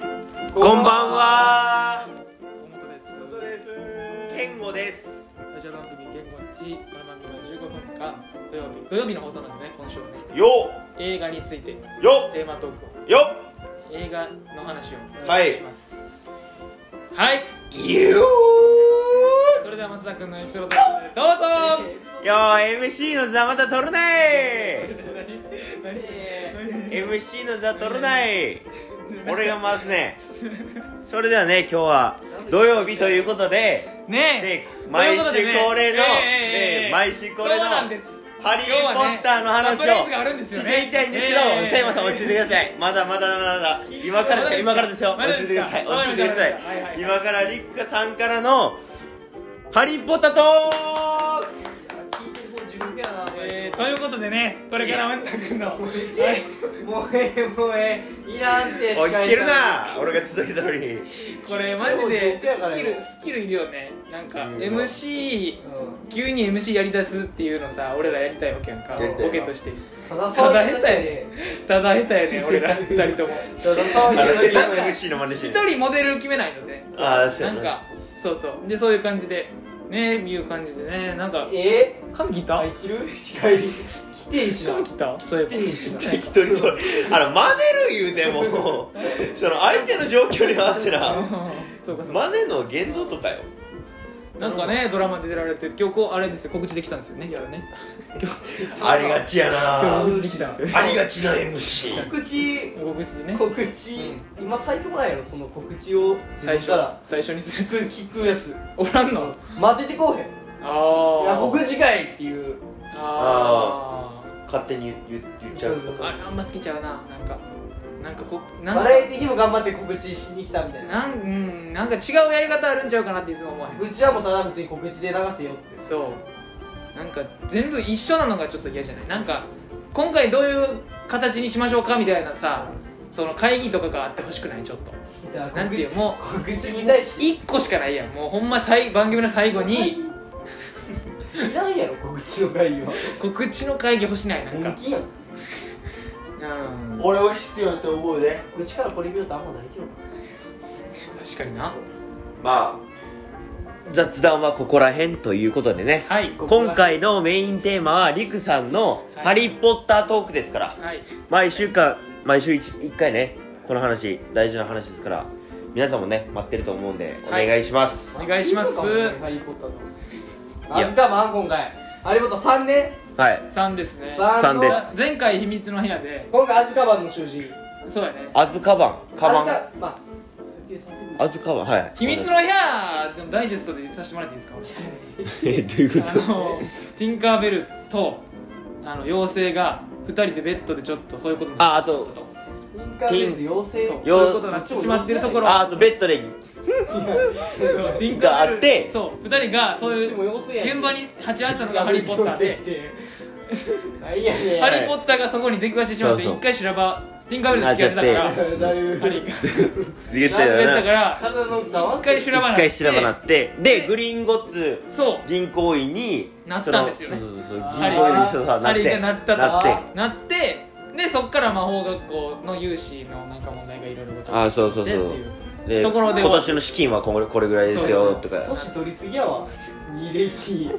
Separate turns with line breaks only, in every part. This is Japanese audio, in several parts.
こんばんは。
本本です
ケンゴです。
ラジオ番組言語っちこの番組は15分間土曜日土曜日の放送なんでね今週はね
よ
映画について
よ
テーマトークを
よ。
映画の話をお
は
願
い
いしますはい、
ゆ
それでは松田君のエピソードトークどうぞ
ー。よー MC の座また取るない。
何何
MC の座取るない。俺が回すね。それではね今日は土曜日ということで、
ねえ
ね毎週
ということでね
恒例の
えええええ
ね
え
毎週恒例の
そうなんです
ハリーポッターの話
今日はねサ
を
プライズがあるんです
し
よ
て
ね
いきたいんですけど、
ええ
佐山さん落ち着いてください。まだまだまだまだ。今からですよ、今からですよ。
ま
落
だ
ち着
で
い
す
てく
か
ださい。
まだ
落ち着
ですか
いてください
はいはいは。い
今からリッカさんからの、ハリーポッタートーク
聞いてる方自分やな
えー、ということでねこれから松田君のはい
もうええもうええいらんって
おい、切るな俺が続けたのに。
これマジで
上手やか
ス
ら
キ
よ
ルスキルいるよねなんか
スキルいるな
MC
うん
急に MC やりだすっていうのさ俺らやりたいわけやんか
やりたいな
ボケとして
ただ
た
騒
だ
い
下手
でた
や
や
ね
ね
ただ下手やね俺ら二人とも
ただ
あ
騒い
の、下
で
手
た
な
やね
MC の真似して
一
る。
人モデル決めないので
あーそうや
な
ね
んかそうそうでそういう感じでねいう感じでねなんか
え
髪切っ
ー、
た
入ってる近い来てんしな
髪切ったそういえば
適当にそれ、あの、真似る言うて も、その相手の状況に合わせな。
そうかそうか
マネの言動とかよ
なんかねドラマで出られて今日こうあれですよ告知できたんですよねやるね
ありがちやな
今
あ
日告知できたんですよね
りがちな MC
告知
告知でね
告知、今サイトもないのその告知を
最
自分
初
から
最初にす
聞く
るや
聞くやつ
つおらんの
混ぜてこうへんいや
あ
告知会っていう
ああ
勝手に言言っちゃうこと
あれあんま好きちゃうななんかなんかこなん
バ
か
ラエティにも頑張って告知しに来たみたいな
なん,、うん、なんか違うやり方あるんちゃうかなっていつも思わへん
告知はもうただ別に告知で流せよって
そうなんか全部一緒なのがちょっと嫌じゃないなんか今回どういう形にしましょうかみたいなさその会議とかがあってほしくないちょっと
いや告
なんていうもう
告知に対して
1個しかないやんもうほんま最番組の最後に
いらんやろ告知の会議は
告知の会議欲しないなん
本
か
気やん
うん
俺は必要だと思うね
こっちからこれ見るとあんまないけどな
確かにな
まあ雑談はここら辺ということでね
はい
今回のメインテーマはリクさんの「
はい
ハリー・ポッタートーク」ですから
はい
毎週間毎週 1, 回ねこの話大事な話ですから皆さんもね待ってると思うんでお
はい
願いします、
お願いします
ハリーポッターの
いや
あずかまん今回ハリーポッター3ね
はい、
3ですね
3
三
の
です
前回秘密の部屋で
今回アズカバンの囚人
そうやね
アズカバンカバン
アズカまあ説明させて
アズカバンはい
秘密の部屋でもダイジェストで言させてもらっていいですか
え どういうこと
あのティンカーベルとあの妖精が2人でベッドでちょっとそういうことになってしまったと
ティンカーベルズ妖
そう
精
そういうことになってしまってるところ
あそうベッドで
そうティンカーベル
があって
そう2人がそう
ど
い
っちも
う
妖精やん
現場に鉢合わせたのが「ハリー・ポッターで」
あいやいやいや
ハリー・ポッターがそこに出くわしてしまって
そうそう
一回修羅場ティンカーベルに付き合ってたから
なっちゃっ
だいぶ
ハリーが付
言って
き合っ
た
てた
よ
か
な
ら
体のざわ
一回修羅場になっ
一
て
回調べなってで
で
グリーンゴッツ
そう
銀行員に
なったんですよね
そのそうそうそう
あー
銀行員にそうそうなっ
ハリー
て
がなったと
なって
なってでそっから魔法学校の有志のなんか問題がいろいろごちゃごちゃ
あーそうそう
で
そ
っ
う
ていう
で
ところで
今年の資金はこれこれぐらいですよ
そうそうそ
とか
年取りすぎやわ二歴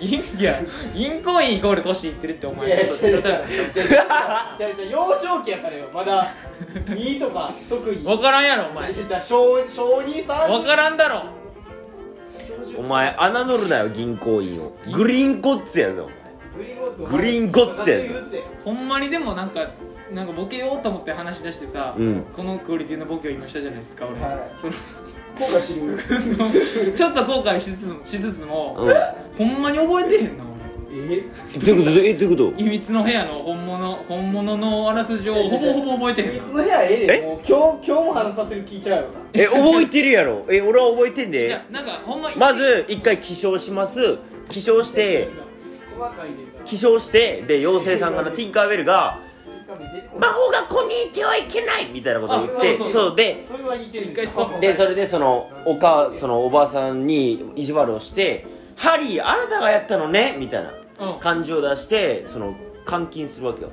銀いや銀行員イコール年いってるってお
いや
前ちょっと
い
例え
やいやじゃあじゃあ幼少期やからよまだ2とか特に
ば分からんやろお前
じゃあ小小二さん
分からんだろ
お前侮るなよ銀行員をグリーンゴッツやぞ
グリーンゴッツ
グリーンゴッツやぞ
ほんまにでもなんかなんかボケようと思って話し出してさ、
うん
このクオリティのボケを今したじゃないですか俺、
はい
その
後悔してる
ちょっと後悔しつつもしつつも、
うん
ほんまに覚えてへんな
え
どういうことえどういうこ
俺秘密の部屋の本物本物のあらすじをほぼほぼ覚えてへん
三
な
つの部屋ええで
え
もう今日今日も話させる聞いちゃうよな
え覚えてるやろえ俺は覚えてん
じ
で
ゃあなんかほんま
まず一回起床します起床して
細かいねんな
起床してで妖精さん からティンカーベルが「魔法がここにいてはいけない!」みたいなことを言って
あ
そ
そううそう
で
それは言ってる
一回ストップ
でそれでそのおかそのおばさんに意地悪をして「ハリーあなたがやったのね」みたいな
うん
感じを出してその監禁するわけよ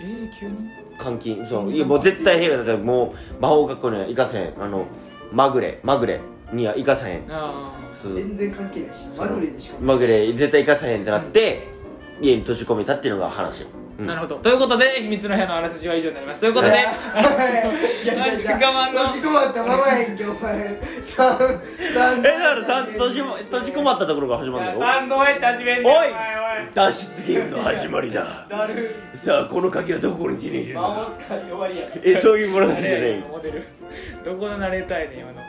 えー、急に
監禁そういやもう絶対兵がだってもう魔法学校には行かせんあのまぐれまぐれには行かさへん
あ
す
全然関係ないし
そう
まぐれでしか
まぐれ絶対行かさへんってなって、家に閉じ込めたっていうのが話よ、う
あ
ん
なるほどということで秘密の部屋のあらすじは以上になりますということ
い
で
やいやいやいや
閉じこまんの
閉じこまったままやんけお前さんさん
えだからさ閉じも閉じこまったところが始まるんだろ
三度目って始めんねん
おい
おい
脱出ゲームの始まりだ
だる
さあこの鍵はどこに手に入れるの
魔
か
法使い終わりやから
えそういう物語じゃない
誰モデルどこのナレーターやねん今の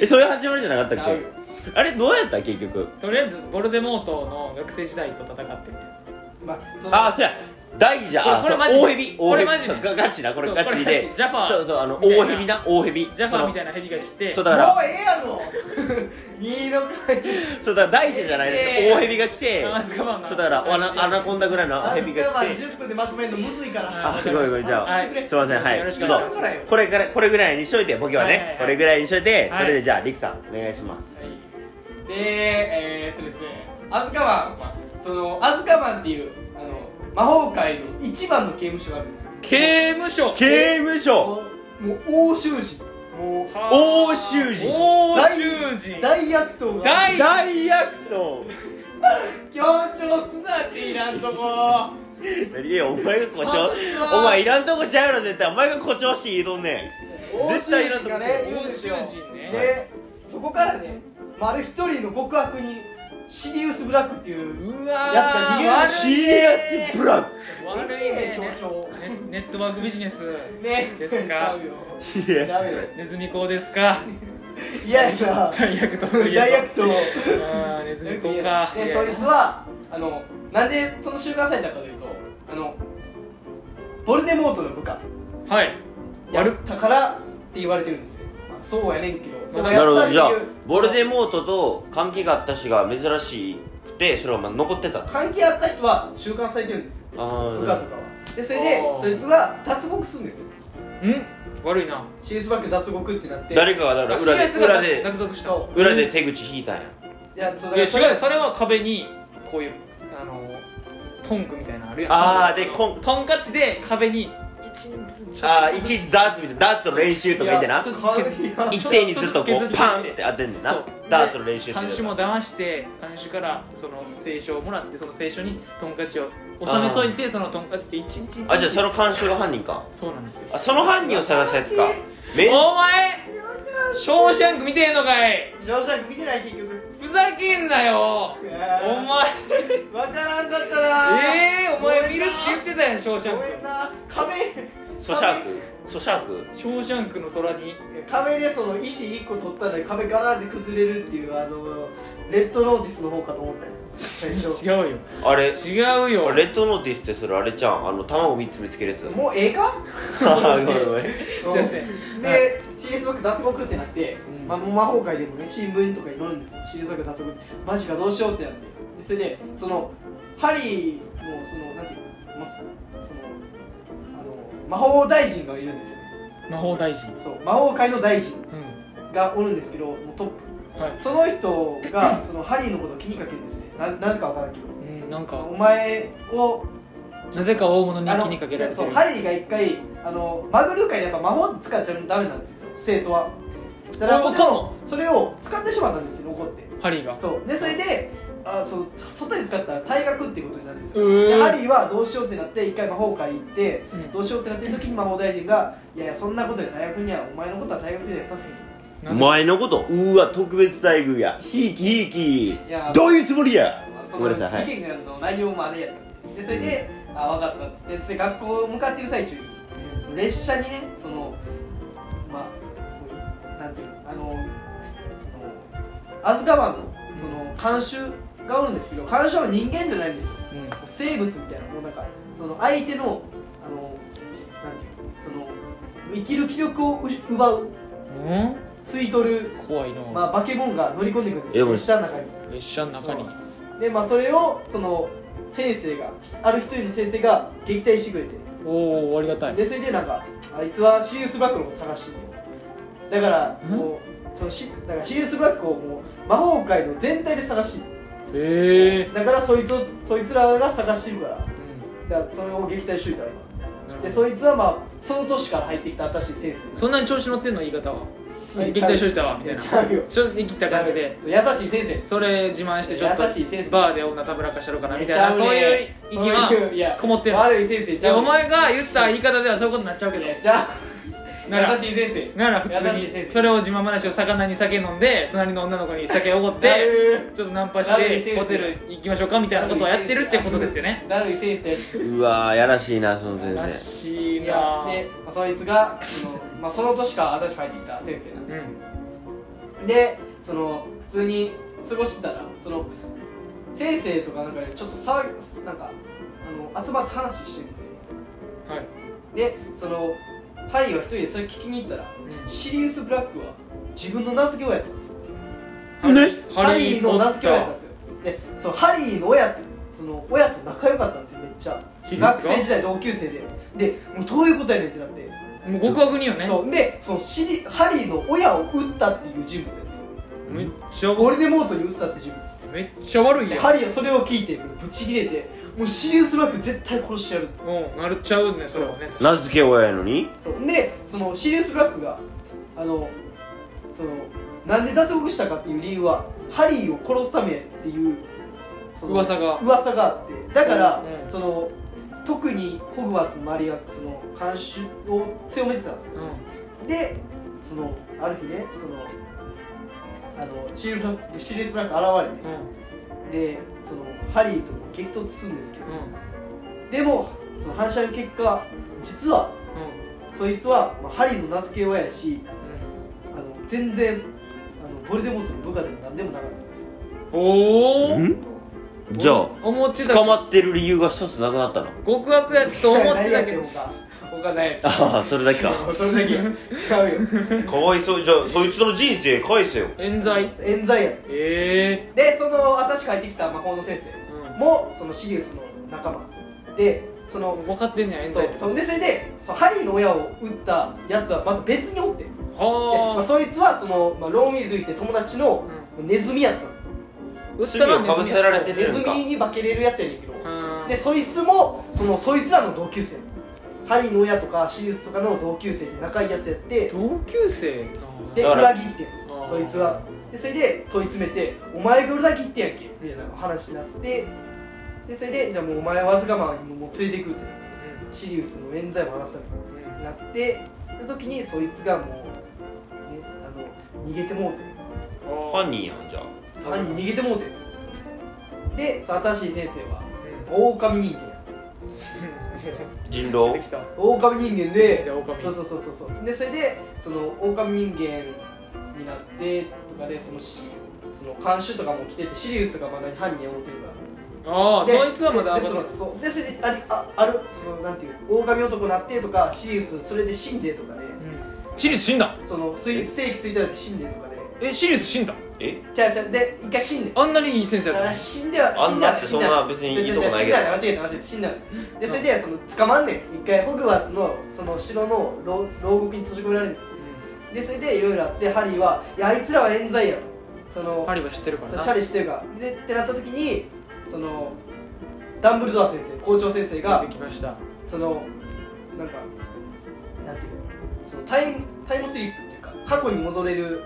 えそういう始まりじゃなかったっ
ちゃうよ
けあれどうやった結局
とりあえずボルデモートの学生時代と戦ってみたいな
まあその
ああそうや大じゃあ
これこれマジ
そう大ヘビ
これマジ
そうガガチなこれ
そう
ガチ
これガ
で
チジャファー
そうそうあの
みたいな
大ヘビな大ヘビ
ジャファーみた
い
いなヘビが来て
そう
も
だから
うええやろいいのかい
そうだから大蛇じゃないです
いやいや
よ大ヘビが来て
あそうかまあ
そうだからアナアナコンダぐらいの
あ
ヘビ
んた
が
は
来て
10分でまとめるのむずいから
あごめんごめんじゃあ
はい
すいませんは
よろ
い
し
ち
く
ょ
お
っ
願いしま
と
す
はい
これからこれぐらいにしといてボケは
はいはいは
ね
い
これぐらいにしといて
はい
それでじゃあリクさんお願いします
はいでえー、っとですねアズカバン、まあ、そのアズカバンっていうあの魔法界の一番の刑務所があるんですよ
刑務所
刑務所
もうもう欧州人もう
欧州人
欧州人
大悪党が
大
大悪党
強調すなっていらんとこ
いやお前が誇
本
張
当だ
お前いらんとこちゃうやろ絶対お前が誇張して言いとんね
欧州人がねいるん
欧
です
州
よ
人ね
でそこからね丸一人の極悪人シリウス・ブラックっていう
うわー
やっぱ逃げる
んシリアスブラック
悪いね
ね強調
ネネットワークビジネス
ね
ですか
ちゃうよ
シリアス
ダメだよ
ネズミ講ですか
嫌やな
大悪党といえば
大悪党
あーネズミ講か
でそいつはあのなんでその収監されたかというとあのボルデモートの部下
はい
やったからって言われてるんですよ、まあ、そうやねんけどそう
なるほ
や
ど
っ
じゃ
た
あ
っていう
ボルデモートと関係があった人が珍しくてそれはまあ残ってたあ
関係あった人は収監されてるんですよ
あ
部下とかは
でそれで
おー
そいつが脱獄するんですよ
うん悪いな
シリウスバック脱獄ってなって
誰かがだから裏で裏で
脱獄した
そ
裏で手口引いたんや
いやそう
いや
だから
違うそれは壁にこういうあのトンクみたいなのあるやん
あーでこん
トンカチで壁に一日ずつちょ
ああいちいちダーツみたいなダーツの練習とか言ってな
ちょっと
これ
ずつ削っ
は
一定にずっとこ
ちょっとずつ削って
うパンって当てんねんな
そう
ダーツの練習
て
って
看守も騙して看守からその聖書をもらってその聖書にトンカチを収めといてそのトンカチって一日一日
あじゃあその看守が犯人か
そうなんですよ
あその犯人を探すやつかめ
お前ショーシャンク見てんのかい
ジョージャンク見てない結局
ふざけんなよお
お前
前
分からんかったな
ええー、お前見るって言ってたやんショーシャン
ご
ク
めんな壁
ソシャークソシャーク
ショーシャンクの空に
壁でその石1個取ったら壁ガランって崩れるっていうあのレッドノーティスの方かと思ったよ最初
違うよ
あれ
違うよ
レッドノーティスってそれあれちゃんあの卵3つ見つけるやつ
もうええか
あーごめんごめん
すいません
で、シリーズバック脱獄ってなって、
うん
まあ、もう魔法界でもね新聞とかに載るんですよシリーズバック脱獄マジかどうしようってなってでそれでそのハリーのそのなんていうのもうそのあの魔法大臣がいるんですよね
魔法大臣
そう魔法界の大臣
うん
がおるんですけどもうトップ
はい
その人がそのハリーのことを気にかけるんですねななぜかわからんけど
うんなんか
お前を
なぜか大物に
あの
気にかけられて
そう
る
ハリーが一回あのマグル界でやっぱ魔法使っちゃダメなんですよ生徒はだから
おー
それをそれを使ってしまったんですよ怒って
ハリーが
そうでそれであその外に使ったら退学っていうことになるんですよ
う
で
ー
ハリーはどうしようってなって一回魔法界行って
うん
どうしようってなってる時に魔法大臣が「いやいやそんなことで大学にはお前のことは大学にはさせへん」
お前のことうーわ特別待遇やひいきひいき
いや
どういうつもりや
まあそ
ごめ
の
んなさいはい
事件の内容もあれやったんででそれで、あ分かったっつってで学校向かってる最中に列車にねそのまあもうなんていうのあのそのアズカバンのその監修がおるんですけど監修は人間じゃないんですよ
うん
生物みたいなもうなんかその相手のあのなんていうのその生きる気力をうし奪う
う
吸い取る、
ん怖いな、
まあ、バケモンが乗り込んでくるんです
え
よ
もう
列車の中に
列車の中に
でまあそれをその先生がある一人の先生が撃退してくれて
おおありがたい
でそれでなんかあいつはシリウス・ブラックのこと探してんねんだから
ん
もうそのしだからシリウス・ブラックをもう魔法界の全体で探してんねん
へえ
だからそいつをそいつらが探してるからだからそれを撃退しといたら今でそいつはまあその年から入ってきた新しい先生
そんなに調子乗ってんの言い方は撃退しといたわみたいな
ちゃうよ
ちょっと生きた感じで
優しい先生
それ自慢してちょっと
優しい先生
バーで女たぶらかしてるからみたい
い
な
やちゃうね
そういう意見
そういうい
は
や
こもってる
悪い先生
い
ちゃ
や
う
お前が言った言い方ではそういうことになっちゃうけど
じゃ
なら
優しい先生
なら普通
優しい先
に
生
それを自慢話を魚に酒飲んで隣の女の子に酒おごっ
だ
て
る
ちょっとナンパし
だるい先
て
生
ホテル行きましょうかみたいなことをやってるってことですよね
ーだるい先生
うわーやらしいなその先
ら
生
しい
いや
なぁ
で、まあ、そいつがその,、まあ、その年から私入ってきた先生なん
う
です、
ん
でその普通に過ごしてたらその先生とかなんかねちょっと騒ぎなんかあの集まって話してるんですよ
はい
でそのハリーが一人でそれ聞きに行ったらシリウス・ブラックは自分の名付け親やったんですよ
ね
ハリーの名付け親やったんですよでそのハリーの親その親と仲良かったんですよめっちゃ
シリウスが
学生時代同級生ででもうどういうことやねんってなって、
もう極悪人よね
そうでそのシリハリーの親を撃ったっていう人物やね
めっちゃ
ボルデモートに撃ったって人物
めっちゃ悪い
で
やん
ハリーはそれを聞いてもうぶち切れてもうシリウス・ブラック絶対殺してやるって
うんなるっちゃうねそれはね
名付け親やのに
そうでそのシリウス・ブラックがあのそのなんで脱獄したかっていう理由はハリーを殺すためっていうその
噂が
噂があってだから、
うん
その特にホグワーツの周りがその監視を強めてたんですよ
う
でそのある日ねそのあのシリウス・ブラックシリウスブラック現
んうん
れて、でそのハリーとも激突するんですけど、
う
でもその反射の結果実は
んうん
そいつは、まあ、ハリーの名付け親やしあの全然あのボルデモートの部下でも何でもなかったんですよ
おお
んじゃあ
思ってた
捕まってる理由が一つなくなったの
極悪やと思ってたけ ど
ど他ないや
ああそれだけか
つそれだけ違うよ
かわいそうじゃあそいつの人生返せよ
冤罪
冤罪やって
え
でその私帰ってきた魔法の先
え
生
う
もそのシリウスの仲間でその
ん分かってんねや冤
そ
罪
うそんでそれでそうハリーの親を撃ったやつはまた別におってでまあ、
は
そいつはその、まあ、ローンウィーズリーって友達
あ
のネズミやったの
うったら
罪を被せられてる
ネ
や
ズ
んか
ミに化けれるやつやねんけど
うん
でそいつもそのそいつらの同級生ハリーの親とかシリウスとかの同級生で仲いいやつやって
同級生
で
だから
裏切ってん
あー
そいつはでそれで問い詰めて「お前が裏切ってんやんけ」みたいな話になってでそれでじゃあもうお前はわずかまにもう連れてくってなってシリウスの冤罪も話すた
うん
めになってその時にそいつがもうねあの逃げてもうて
うん
犯人やんじゃあ
さらに逃げてもうてでその新しい先生は
う
狼人間やって
人
ん出
狼
てきた
狼人間
出
で
てきた狼
そうそうそうそうそうでそれでその狼人間になってとかでそのしその監修とかも来ててシリウスがまだに犯人を追ってるから
ああ
で
そいつはまだ
でそのそうでそれでありああるそのなんていう狼男になってとかシリウスそれで死んでとかで
うんシリウス死んだ
その水正規ついたらって死んでとかで
えシリウス死んだ
え
ちゃうちゃうで一回死んで
あんなにいい先生やった
あ
の
死んでは
あ
死
ん
んだ
な
ら
ってそんな別にいいとこないけど
死んだら間違えた間違えた死んだらでそれでその捕まんねん一回ホグワーツのその城の牢牢獄に閉じ込められるでそれでいろいろあってハリーはいやあいつらは冤罪やとその
ハリーは知ってるから
その
な
シャレしてるからでってなった時にそのダンブルドア先生校長先生が
出てきました
そのなんかなんていうのそのタイムタイムスリップっていうか過去に戻れる
うん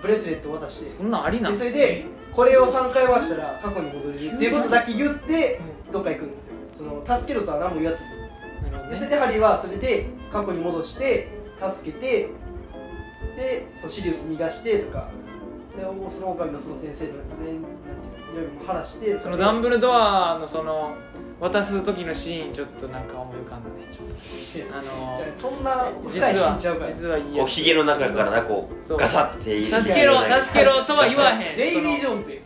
ブレスレットを渡して
そんなんありな
で
ん
それでこれを3回回したら過去に戻れるっていうことだけ言って
う
どっか行くんですよその助けろとは何も言わずに
んなるほど
でそれ
ね
でハリーはそれで過去に戻して助けてでそのシリウス逃がしてとかでその狼のその先生の全なんていうのいろいろもう話してとか
そのダンブルドアのその渡す時のシーンちょっとなんか思い浮かんだねちょっと
じゃ
あのー
あそんな
実
深い死んちゃうから
は実はいい
こう
や
ひげの中からなこ
そうう
ガサッて手入れ
助けろ
入れない
助けろとは言わへん
ジェイビー・ジ
ョ
ョーンズや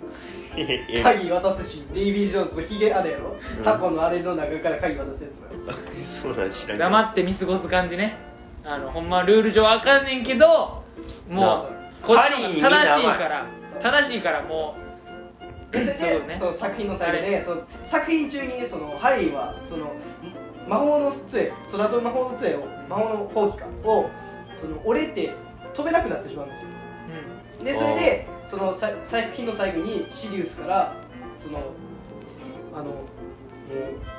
え
鍵渡すシーンデイビー・ジョーンズのヒゲあれやろ、
うん
タコのあれの中から鍵渡すやつ
えそうなん知らんけど
黙って見過ごす感じねあのほんまはルール上あかんねんけどもうこっ
ハリーに
ち
みん
の
な甘い
正しいから正しいからも
でそれ
そう
で、
ね
その作品の最後でその作品中にそのハリーはその魔法の杖空飛ぶ魔法の杖を魔法のほうきかをその折れて飛べなくなってしまうんですよ
う、う
でそれでそのさ作品の最後にシリウスからそのあのもう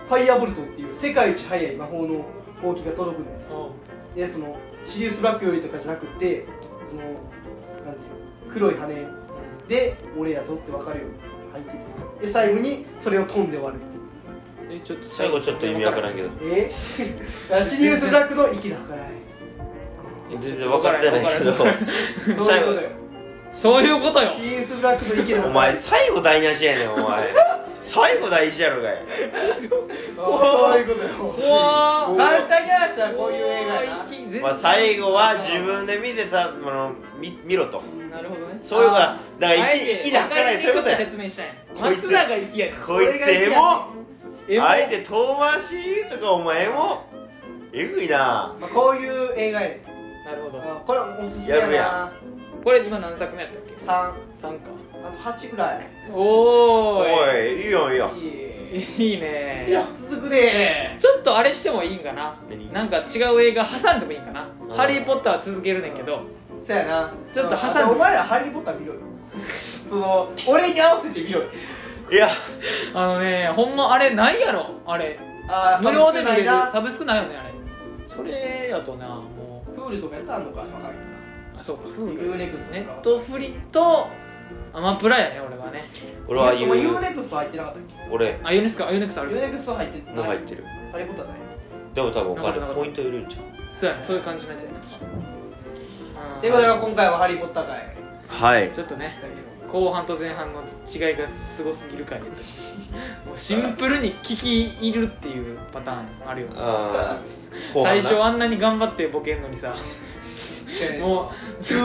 ファイアボルトっていう世界一速い魔法のほうきが届くんですよ
ん、おう
でそのシリウス・ブラックよりとかじゃなくてそのなんていう黒い羽で俺やぞって分かるように入っててで最後にそれを飛んで終わるっていう
えちょっと
最後ちょっと意味わからんけど
え シリウス・ブラックの息だから
え
全然分かってないけど
わからん
そういうこと
最後
よ
そういうことよ
シリウス・ブラックの息だから
お前最後大なしやねんお前最後大事やろがい
そういうことよ
怖っ
簡単に話したらこういう映画やな
まあ最後は自分で見てたもの見見ろと
なるほどね
そういうことだ
あ
だから
あえて
生き生きなかないそういうことや
分かりにくく説明したい
こいつ
松永行きやね
こいつエモ
エモ
あえて遠回しに言うとかお前エモえぐいな
まあこういう映画やね
なるほど
あこれはおすすめや
やるや
な
これ今何作目やったっけ
3あ
三か
と8ぐらい
お
お
ー
いいいよいいよ
いいいね
いや続くね
ちょっとあれしてもいいんかな
何
なんか違う映画挟んでもいいんかな「
ー
ハリー・ポッター」は続けるねんけど
そうやな
ちょっと挟んで
あお前らハリー・ポッター見ろよ その俺に合わせて見ろよ
いや
あのねほんまあれないやろあれ
あー
無料で見
サブ
れ
ス
る
クないな
サブスクないよねあれそれやとなも
クールとかやったらあんのか分かんない
あそうか
ユーネクスト
ネットフリとアマプラやね俺はね
俺はい言
なお前ユー
う
ネクスト入ってなかったっけ
俺
あユーネクストかあユーネクストある
ユ
よ
ーネクスト入ってない
も入ってる
ハリー・ポッターない
でも多分お
なかったなかっ
金
た
ポイントいるんちゃう
そうやねそういう感じのやつやね
ということで今回はハリー・ポッター会
はい
ちょっとね
だけど
後半と前半の違いがすごすぎるからもうシンプルに聞き入るっていうパターンあるよね
あー
最初
後半な
あんなに頑張ってボケんのにさ
もう
も
急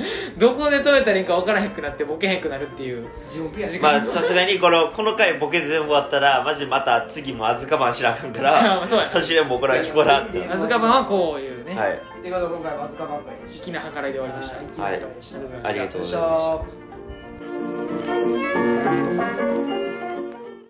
うどこで止めたらいいんか分からへんくなってボケへんくなるっていう
地獄やし
まあさすがにこのこの回ボケ全部終わったらマジまた次もあずかばんしなあかんか ら
そうや
年でもこれは聞こえなか
ア
っ
ズカバンはこういう
た
ね
はい
ということで今回はマツカバン会でした
粋な計らいで終わりました
はい
はいありがとうございました
よいしょ